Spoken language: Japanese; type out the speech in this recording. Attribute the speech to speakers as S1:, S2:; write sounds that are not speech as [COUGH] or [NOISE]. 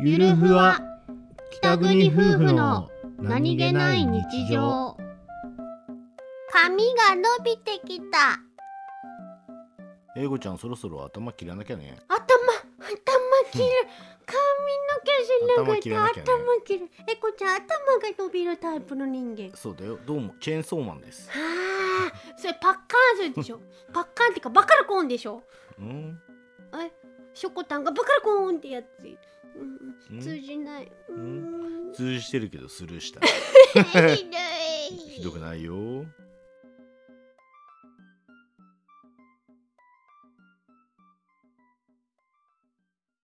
S1: ゆるふわ北国夫婦の
S2: 髪が伸びてきた
S1: 英語ちゃんそろそろ頭切らなきゃね
S2: 頭頭切る髪の毛じゃなくて
S1: 頭
S2: 頭切るえこちゃん頭が伸びるタイプの人間
S1: そうだよどうもチェーンソーマンです
S2: はあそれパッカーンする
S1: [LAUGHS]
S2: でしょパッカーンってかバカラコーンでしょ
S1: うん
S2: えショコタンがバカラコーンってやつ、う
S1: うん
S2: ん、通じないう
S1: [LAUGHS]
S2: ん
S1: 通じてるけどスルーした
S2: ひどい
S1: ひどくないよ